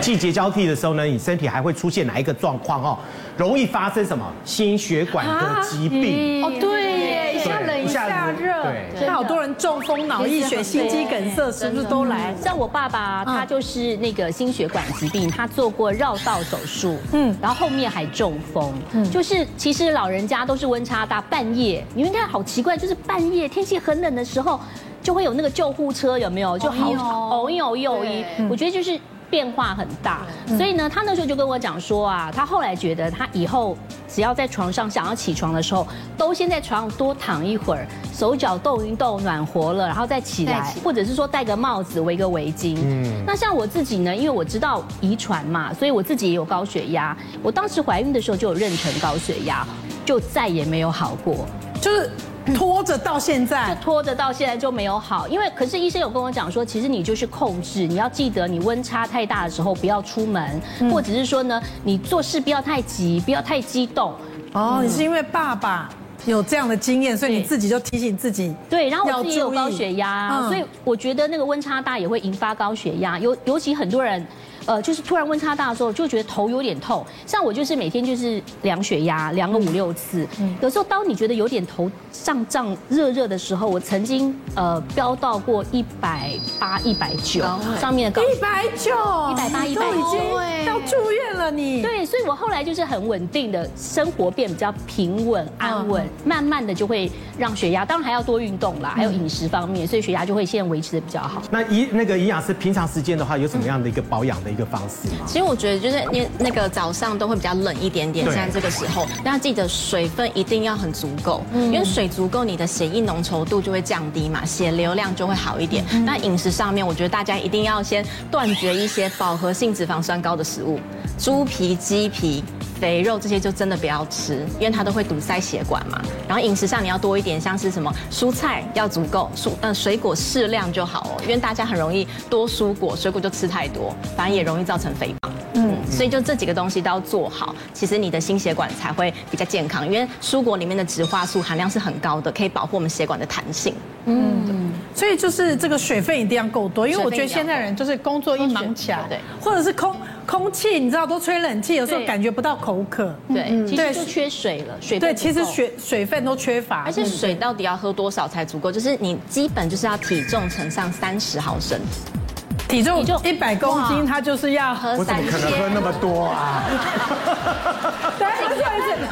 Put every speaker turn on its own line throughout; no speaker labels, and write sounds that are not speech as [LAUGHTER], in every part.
季节交替的时候呢，你身体还会出现哪一个状况哦？容易发生什么心血管的疾病？
哦，对耶，一下
对
冷一
一下
下
子
热，
对
真
那
的
好多人中风、脑溢血、心肌梗塞是不是都来？
像我爸爸，他就是那个心血管疾病，他做过绕道手术，嗯，然后后面还中风，嗯，就是其实老人家都是温差大，半夜你们看好奇怪，就是半夜天气很冷的时候，就会有那个救护车，有没有？就好偶一偶一偶一，我觉得就是。变化很大，
嗯
所以呢，他那时候就跟我讲说啊，他后来觉得他以后只要在床上想要起床的时候，都先在床上多躺一会儿，手脚动一动，暖和了，然后再起
再
来
起，
或者是说戴个帽子，围个围巾。嗯，那像我自己呢，因为我知道遗传嘛，所以我自己也有高血压。我当时怀孕的时候就有妊娠高血压，就再也没有好过，
就是拖着到现
就
在，
拖着到现在就没有好。因为可是医生有跟我讲说，其实你就是控制，你要记得你温差太大的时候不要出门，或者是说呢，你做事不要太急，不要太激动。
哦，你是因为爸爸有这样的经验，所以你
对
自己就提醒自己，
对，然后
要
我自己有
注意
高血压，
嗯
所以我觉得那个温差大也会引发高血压，尤尤其很多人。呃，就是突然温差大的时候，就觉得头有点痛。像我就是每天就是量血压，量个五六次。
嗯
有时候当你觉得有点头胀胀、热热的时候，我曾经呃飙到过一百八、一百九
哦
上面的高
一百九、一
180
都已经
对
要住院了，你。
对，所以我后来就是很稳定的生活变比较平稳安
嗯
稳，慢慢的就会让血压，当然还要多运动啦，
嗯
还有饮食方面，所以血压就会现在维持的比较好。
那营那个营养师平常时间的话，有什么样的一个保养的一个方式吗？
其实我觉得就是因为那个早上都会比较冷一点点，
对
现在这个时候，那记得水分一定要很足够，因为水足够，你的血液浓稠度就会降低嘛，血流量就会好一点。那饮食上面，我觉得大家一定要先断绝一些饱和性脂肪酸高的食物，猪皮、鸡皮。肥肉这些就真的不要吃，因为它都会堵塞血管嘛。然后饮食上你要多一点，像是什么蔬菜要足够，蔬呃水果适量就好哦，因为大家很容易多蔬果，水果就吃太多，反正也容易造成肥胖。嗯，所以就这几个东西都要做好，其实你的心血管才会比较健康，因为蔬果里面的植化素含量是很高的，可以保护我们血管的弹性。
所以就是这个水分一定要够多，因为我觉得
水分
现
一定要够
在人就是工作一忙起来
对，
或者是空空气，你知道都吹冷气，有时候
对
感觉不到口渴。
对，
嗯
其实就缺水了，水分
对，
不
其实
够
水水分都缺乏，
而且水到底要喝多少才足够？就是你基本就是要体重乘上三十毫升，
体重
体重
一百公斤，
哇
它就是要喝
我怎么可能喝那么多啊？
对，不是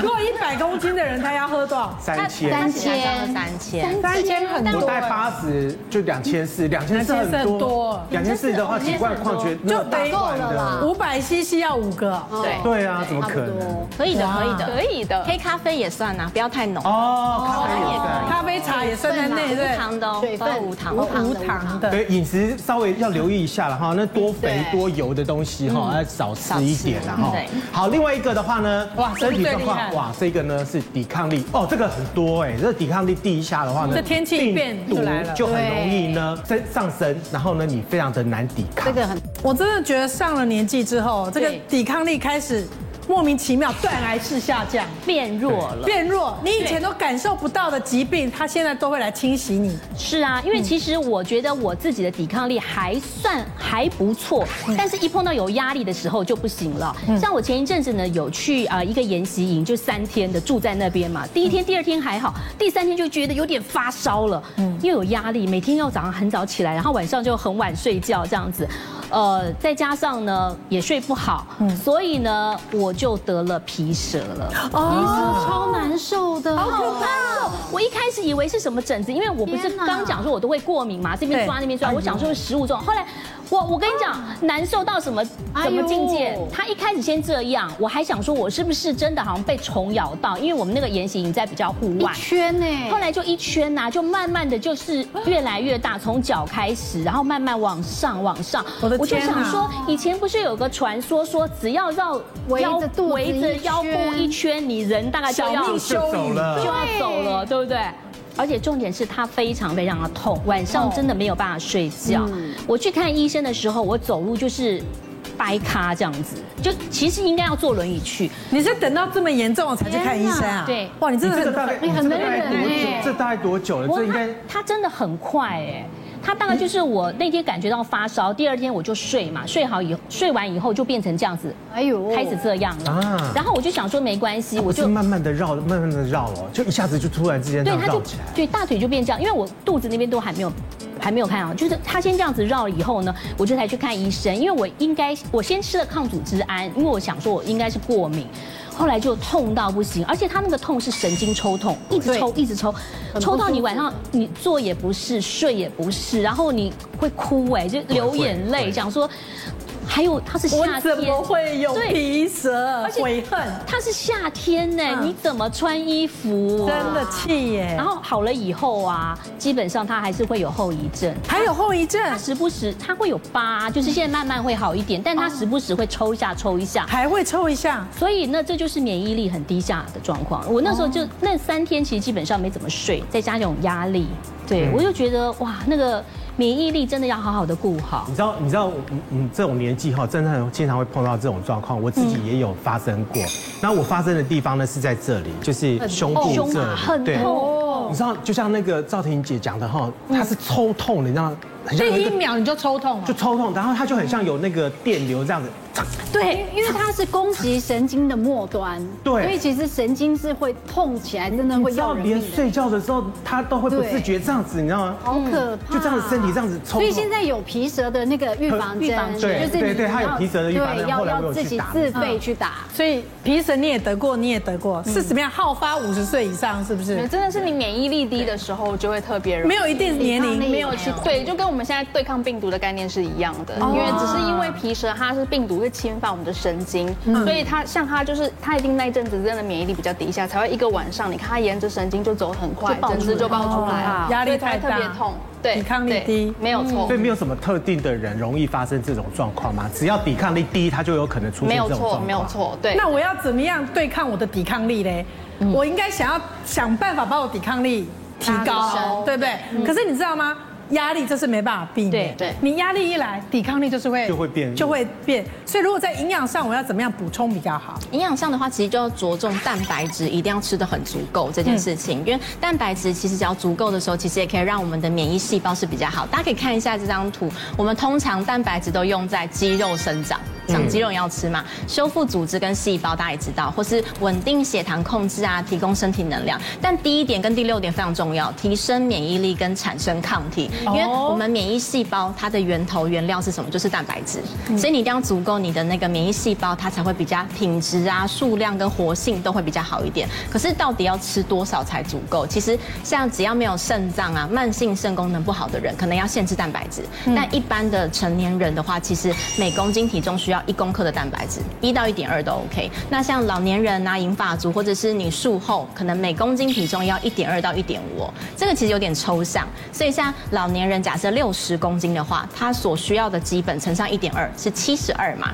如果一百公斤的人，他要喝多少？
三千，
三
现在要喝
千，
三千。
三千很
我
多
带八十就两千四，两千四很多，两千四的话几罐矿泉
就
那个大罐
够了
的
啦，
五百 CC 要五个哦，
对，
对啊，怎么可能？
可以的，可以的，
可以的。
黑咖啡也算啊，不要太浓，
哦，咖啡也算。
咖啡茶也算在内，
无
对不
糖的哦，
水分
都无糖，
对，无糖
[LAUGHS]
的。
对，饮食稍微要留意一下了
嗯
哈，那多肥
对
多油的东西哈，要少吃一点啦哈
少吃对。
好，另外一个的话呢，
哇
身体
这个最
状
厉害
况，
了
哇，这个呢是抵抗力哦，这个很多哎，这个抵抗力低一下的话呢，
这天气一变
病
就
毒
来了
就很容易呢升上升，然后呢你非常的难抵抗
这。个很
我真的觉得上了年纪之后，这个
对
抵抗力开始莫名其妙断崖式下降。
变弱了。
变弱，你以前都感受不到的疾病，它现在都会来侵袭你。
是啊，
嗯
因为其实我觉得我自己的抵抗力还算还不错，
嗯
但是一碰到有压力的时候就不行了。像我前一阵子呢，有去啊一个研习营，就三天的住在那边嘛。第一
嗯
天、第二天还好，第三天就觉得有点发烧了，
嗯
因为有压力，每天要早上很早起来，然后晚上就很晚睡觉这样子。呃，再加上呢也睡不好，
嗯
所以呢我就得了皮蛇了。
超难受的，好可怕！
哦我一开始以为是什么疹子，因为我不是
天哪
刚讲说我都会过敏嘛，这边抓
对哎
那边抓，我想说是食物中。后来我我跟你讲，难受到什么
哦哎
什
呦
么境界？他一开始先这样，我还想说我是不是真的好像被虫咬到，因为我们那个研习营在比较户
一
外。
圈欸呢，
后来就一圈呐、就慢慢的就是越来越大，从脚开始，然后慢慢往上往上。
我的
就
天啊哪
想说，以前不是有个传说说，只要绕
围着
腰
肚子
围着
一
腰部
圈
一圈，你人大概就
小
要
命
就走了
就。要走了，对不对？而且重点是他非常非常的痛，晚上真的没有办法睡觉。我去看医生的时候，我走路就是掰咖这样子，就其实应该要坐轮椅去。
你是等到这么严重了才去看医生
天
啊？
对
哇，你真
你
的
这个
很
大概
你很
这个大概
能忍
多久
哎
这大概多久了？
我
这应该
他真的很快哎，它大概就是我那天感觉到发烧，第二天我就睡嘛，睡好以后睡完以后就变成这样子，
哎呦
开始这样
啊
了。然后我就想说没关系，我
我就
就
慢慢的绕，慢慢的绕哦，就一下子就突然之间这
对，
样
它
绕
就
起来。
对大腿就变这样，因为我肚子那边都还没有。还没有看啊，就是他先这样子绕了以后呢，我就才去看医生，因为我应该我先吃了抗组织胺，因为我想说我应该是过敏，后来就痛到不行，而且他那个痛是神经抽痛，一直抽一直抽，抽到你晚上你坐也不是，睡也不是，然后你会哭哎，就流眼
会会
泪，想说还有它是
我
夏
怎
天
么。会有
对
皮蛇
而且
悔恨？
它是夏天呢，你怎么穿衣
嗯
服？啊
真的气耶！
然后好了以后啊，基本上它还是会有后遗症。
还有后遗症，
它时不时它会有疤，就是现在慢慢会好一点，但它时不时会抽一下抽一下。
还会抽一下。
所以那这就是免疫力很低下的状况。我那时候就那三天其实基本上没怎么睡，再加上有压力，对我就觉得哇，那个免疫力真的要好好的顾好
你。知道，你知道，嗯嗯，这种年纪哈，真的经常会碰到这种状况，我自己也有发生
嗯
过。那我发生的地方呢是在这里，
啊
就是胸部
胸
这
啊很
里，
痛
你知道，就像那个赵婷姐讲的哈，她是抽痛的，你知道，很像有一个
第一秒你就抽痛
就
了，
抽痛，然后她就很像有那个电流这样子，
对，因为它是攻击神经的末端，
对
所以其实神经是会痛起来，真的
你
会
知道
要人
连
命的，
睡觉的时候她都会不
对
自觉这样子，你知道吗？
好可怕，
就这样子身体这样子抽
所以现在有皮蛇的那个预防针，
预防针
对
就是
对
你
对它有
要
皮蛇的预防针
对，
后
要
来我有
要自
去
己
打
自费去打。
所以皮神你也得过，你也得过，
嗯
是什么样？好发五十岁以上是不是？
真的是你免疫力低的时候就会特别容易
没有一定年
抵抗
龄，
力
没
没
有
有去对，就跟我们现在对抗病毒的概念是一样的，因为
哦
只是因为皮蛇它是病毒会侵犯我们的神经，
嗯
所以它像它就是它一定那一阵子真的免疫力比较低下，才会一个晚上你看它沿着神经就走很快，整只就爆出来
哦
了，
压力
啊所以
太
才会
大
特别痛，对，
抵抗力
对
低
没有错
所以。没有什么特定的人容易发生这种状况吗？只要抵抗力低，她就有可能出现
没
这
有
种状
错，
况。
没有。错，对。嗯
那我要怎么样对抗我的抵抗力嘞？我应该想要想办法把我抵抗力提高，对不对？可是你知道吗？压力这是没办法避免，
嗯对对
你压力一来，抵抗力就是会
就会变弱
就会变。所以如果在营养上，我要怎么样补充比较好？
营养上的话，其实就要着重蛋白质一定要吃的很足够这件事情，
嗯
因为蛋白质其实只要足够的时候，其实也可以让我们的免疫细胞是比较好。大家可以看一下这张图，我们通常蛋白质都用在肌肉生长，
嗯
长肌肉也要吃嘛，修复组织跟细胞大家也知道，或是稳定血糖控制啊，提供身体能量。但第一点跟第六点非常重要，提升免疫力跟产生抗体，因为我们免疫细胞它的源头原料是什么？就是蛋白质，所以你一定要足够你的那个免疫细胞，它才会比较品质啊、数量跟活性都会比较好一点。可是到底要吃多少才足够？其实像只要没有肾脏啊、慢性肾功能不好的人，可能要限制蛋白质。但一般的成年人的话，其实每公斤体重需要一公克的蛋白质，一到一点二都 OK。那像老年人啊、银发族，或者是你术后，可能每公斤体重要一点二到一点五，哦这个其实有点抽象。所以像老年人假设六十公斤的话，他所需要的基本乘上一点二是七十二嘛。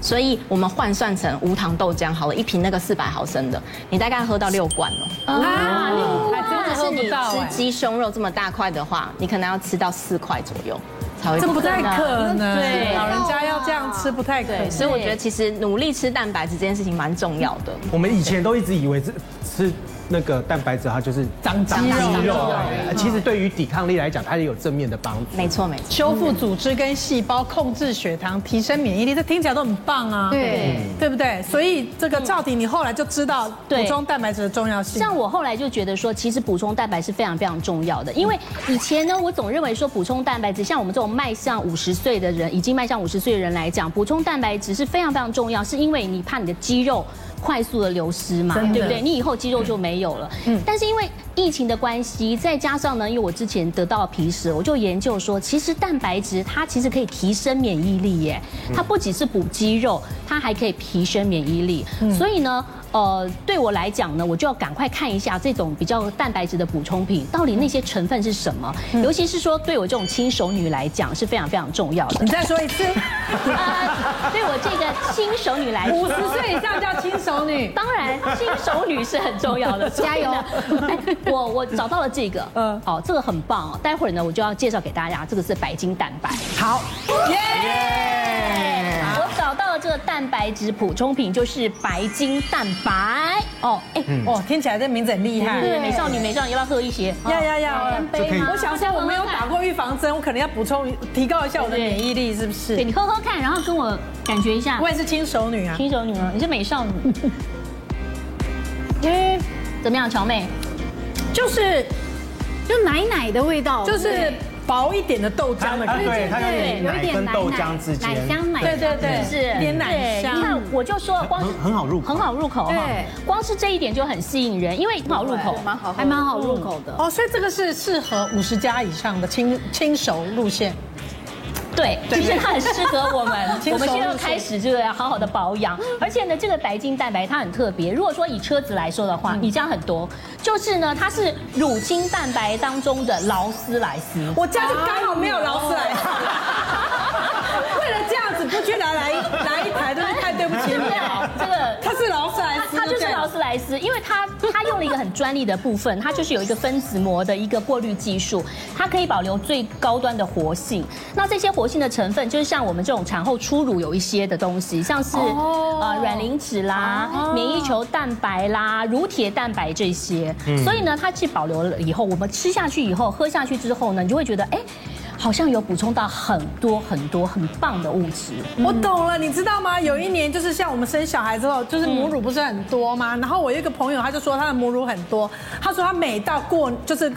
所以我们换算成无糖豆浆好了，一瓶那个四百毫升的，你大概喝到六罐哦。
啊！
还真的
但是
喝
你
不到哎
吃鸡胸肉这么大块的话，你可能要吃到四块左右才会
哎这
够
不太可能，
对
老人家要这样吃不太可能
对，。所以我觉得其实努力吃蛋白质这件事情蛮重要的。
我们以前都一直以为吃吃那个蛋白质，它就是长长肌
长肌
肉
肉
而已。其实对于抵抗力来讲，它也有正面的帮助。
没错，没错。
修复组织跟细胞，控制血糖，提升免疫力，这听起来都很棒啊，
对，
对不对？所以这个赵婷，你后来就知道补
对
充蛋白质的重要性。
像我后来就觉得说，其实补充蛋白是非常非常重要的，因为以前呢，我总认为说补充蛋白质，像我们这种迈向五十岁的人，已经迈向五十岁的人来讲，补充蛋白质是非常非常重要，是因为你怕你的肌肉。快速的流失嘛，对不对？你以后肌肉就没有了。嗯，但是因为疫情的关系，再加上呢，因为我之前得到皮蛇，我就研究说，其实蛋白质它其实可以提升免疫力耶，它不仅是补肌肉，它还可以提升免疫力。所以呢，呃，对我来讲呢，我就要赶快看一下这种比较蛋白质的补充品，到底那些成分是什么，尤其是说对我这种轻熟女来讲是非常非常重要
[LAUGHS]
的
你。再说一次，
呃，对我这个轻熟女来
五
说。
十岁以上叫轻熟女。
当然，新手女是很重要
[LAUGHS]
的，加油！哎我我找到了这个，
嗯
嗯，好，这个很棒哦。待会儿呢，我就要介绍给大家，这个是白金蛋白。
好，
我找到了这个蛋蛋白质补充品就是白金蛋白哦，哎，
哦，听起来这名字很厉害。
对，美少女美少女要不要喝一些？
嗯
哦
要要要
干！杯吗？
我想说我没有打过预防针，我可能要补充提高一下我的免疫力，是不是？
对你喝喝看，然后跟我感觉一下
我。也是亲手女啊，
新手女儿，你是美少女，怎么样，乔妹？
就是就奶奶的味道，
就是薄一点的豆浆的感觉。
对，它有点奶跟豆浆之间，
奶香奶
对对对，
是
一点奶
对
香
你。看，我就说光是
很很好入口
很好入口哈
对，
光是这一点就很吸引人，因为很好入口
对。蛮好喝的，
还蛮好入口的。
哦，所以这个是适合五十加以上的轻轻熟路线。
对，其实它很适合我
[LAUGHS]
们
轻，
我
松
们现在要
入手
开始这个要好好的保养。而且呢，这个白金蛋白它很特别。如果说以车子来说的
嗯
话，你这样很多，就是呢，它是乳清蛋白当中的劳斯莱斯。
我家就刚好没有劳斯莱斯，
啊
为了这样子不去拿来拿一台，真的太对不起
对不
你
对
了。？
这个
它是劳斯莱斯，
它它就是
对
劳斯莱斯，因为它它用了一个很专利的部分，它就是有一个分子膜的一个过滤技术，它可以保留最高端的活性。那这些活性的成分，就是像我们这种产后初乳有一些的东西，像是呃软磷脂啦、免疫球蛋白啦、乳铁蛋白这些。
嗯
所以呢，它去保留了以后，我们吃下去以后，喝下去之后呢，你就会觉得哎。好像有补充到很多很多很棒的物质，
我懂了，你知道吗？有一年就是像我们生小孩之后，就是母乳不是很多吗？然后我有一个朋友，他就说他的母乳很多，他说他每到过就是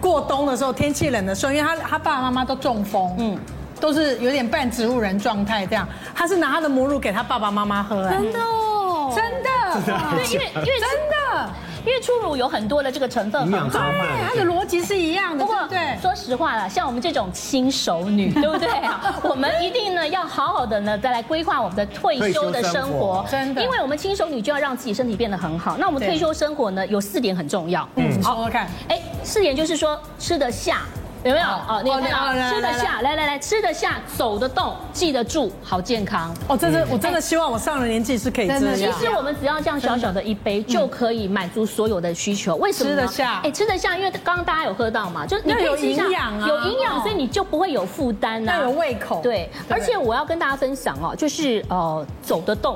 过冬的时候，天气冷的时候，因为他他爸爸妈妈都中风，嗯。都是有点半植物人状态这样，他是拿他的母乳给他爸爸妈妈喝，哎
真的哦，
真的，
对，因为因为
真的，哎
因为初乳有很多的这个成分
营养
很
交
好。
换。
他的逻辑是一样的，
不
对
过
不对，？
说实话了，像我们这种新
[LAUGHS]
手女，对不对啊？我们一定呢要好好的呢，再来规划我们的退休的生活
退休生活，
真的
因为我们新手女就要让自己身体变得很好。那我们
对
退休生活呢，有四点很重要。
嗯，你说说看，
哎，四点就是说吃得下，有没有？哦，你
哦
看
来来
啊，
来
吃得下，来来来，吃得下，走得动，记得住，好健康。
哦，这是我真的希望我上了年纪是可以
真
这
的
样
其。实我们只要这样小小的一杯就可以满足所有的需求，为什么
嗯
呢？
吃得下
哎，吃得下，因为刚刚大家有喝到嘛，就是你
要有
可以吃一下
营养啊
有营养，所以你就不会有负担啊，
要有胃口
对，
对
而且我要跟大家分享哦，就是呃，走得动，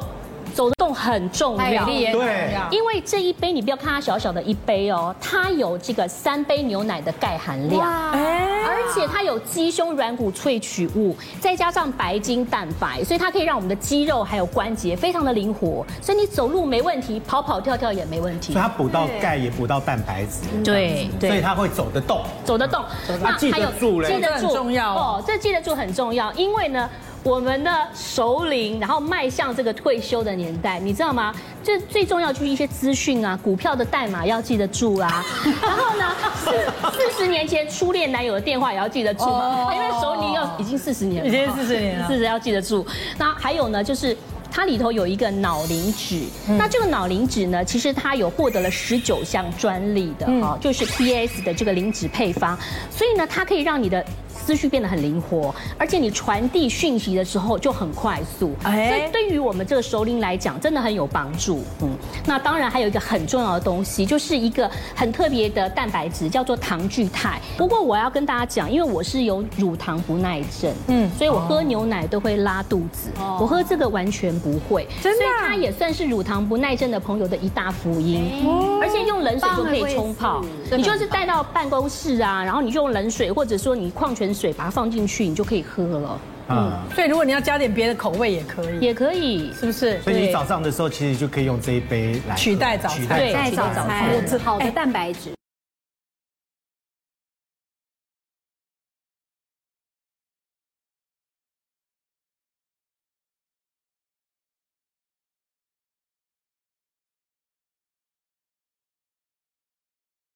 走得动很重
美
要。
丽也
对
一样。
因为这一杯，你不要看它小小的一杯哦，它有这个三杯牛奶的钙含量。
哎，
而且它有鸡胸软骨萃取物，再加上白金蛋白，所以它可以让我们的肌肉还有关节非常的灵活，所以你走路没问题，跑跑跳跳也没问题
所以。它补到钙，也补到蛋白质，
对对
所以它会走得动。
走得动，
那记得住嘞
记得
这
住
很重要哦
哦，这记得住很重要，因为呢。我们的首领，然后迈向这个退休的年代，你知道吗？这最重要就是一些资讯啊，股票的代码要记得住啊。然后呢，四四十年前初恋男友的电话也要记得住嘛，啊因为首领要已经四十年了，
已经40年了
四十要记得住。那还有呢，就是。它里头有一个脑磷脂，那这个脑磷脂呢，其实它有获得了十九项专利的哦，就是 PS 的这个磷脂配方，所以呢，它可以让你的思绪变得很灵活，而且你传递讯息的时候就很快速，
哎
所以对于我们这个熟龄来讲，真的很有帮助。嗯，那当然还有一个很重要的东西，就是一个很特别的蛋白质，叫做糖聚肽。不过我要跟大家讲，因为我是有乳糖不耐症，嗯，所以我喝牛奶都会拉肚子，我喝这个完全不会，
哦真的啊
所以它也算是乳糖不耐症的朋友的一大福音。
哎
而且用冷水就可以冲
啊
泡，你就是带到办公室啊，然后你就用冷水或者说你矿泉水把它放进去，你就可以喝了，
啊，
所以如果你要加点别的口味也可以，
也可以。
是不是？
所以你早上的时候其实就可以用这一杯来喝
取代早餐
取代
对
早餐
取代早餐
好的蛋白质。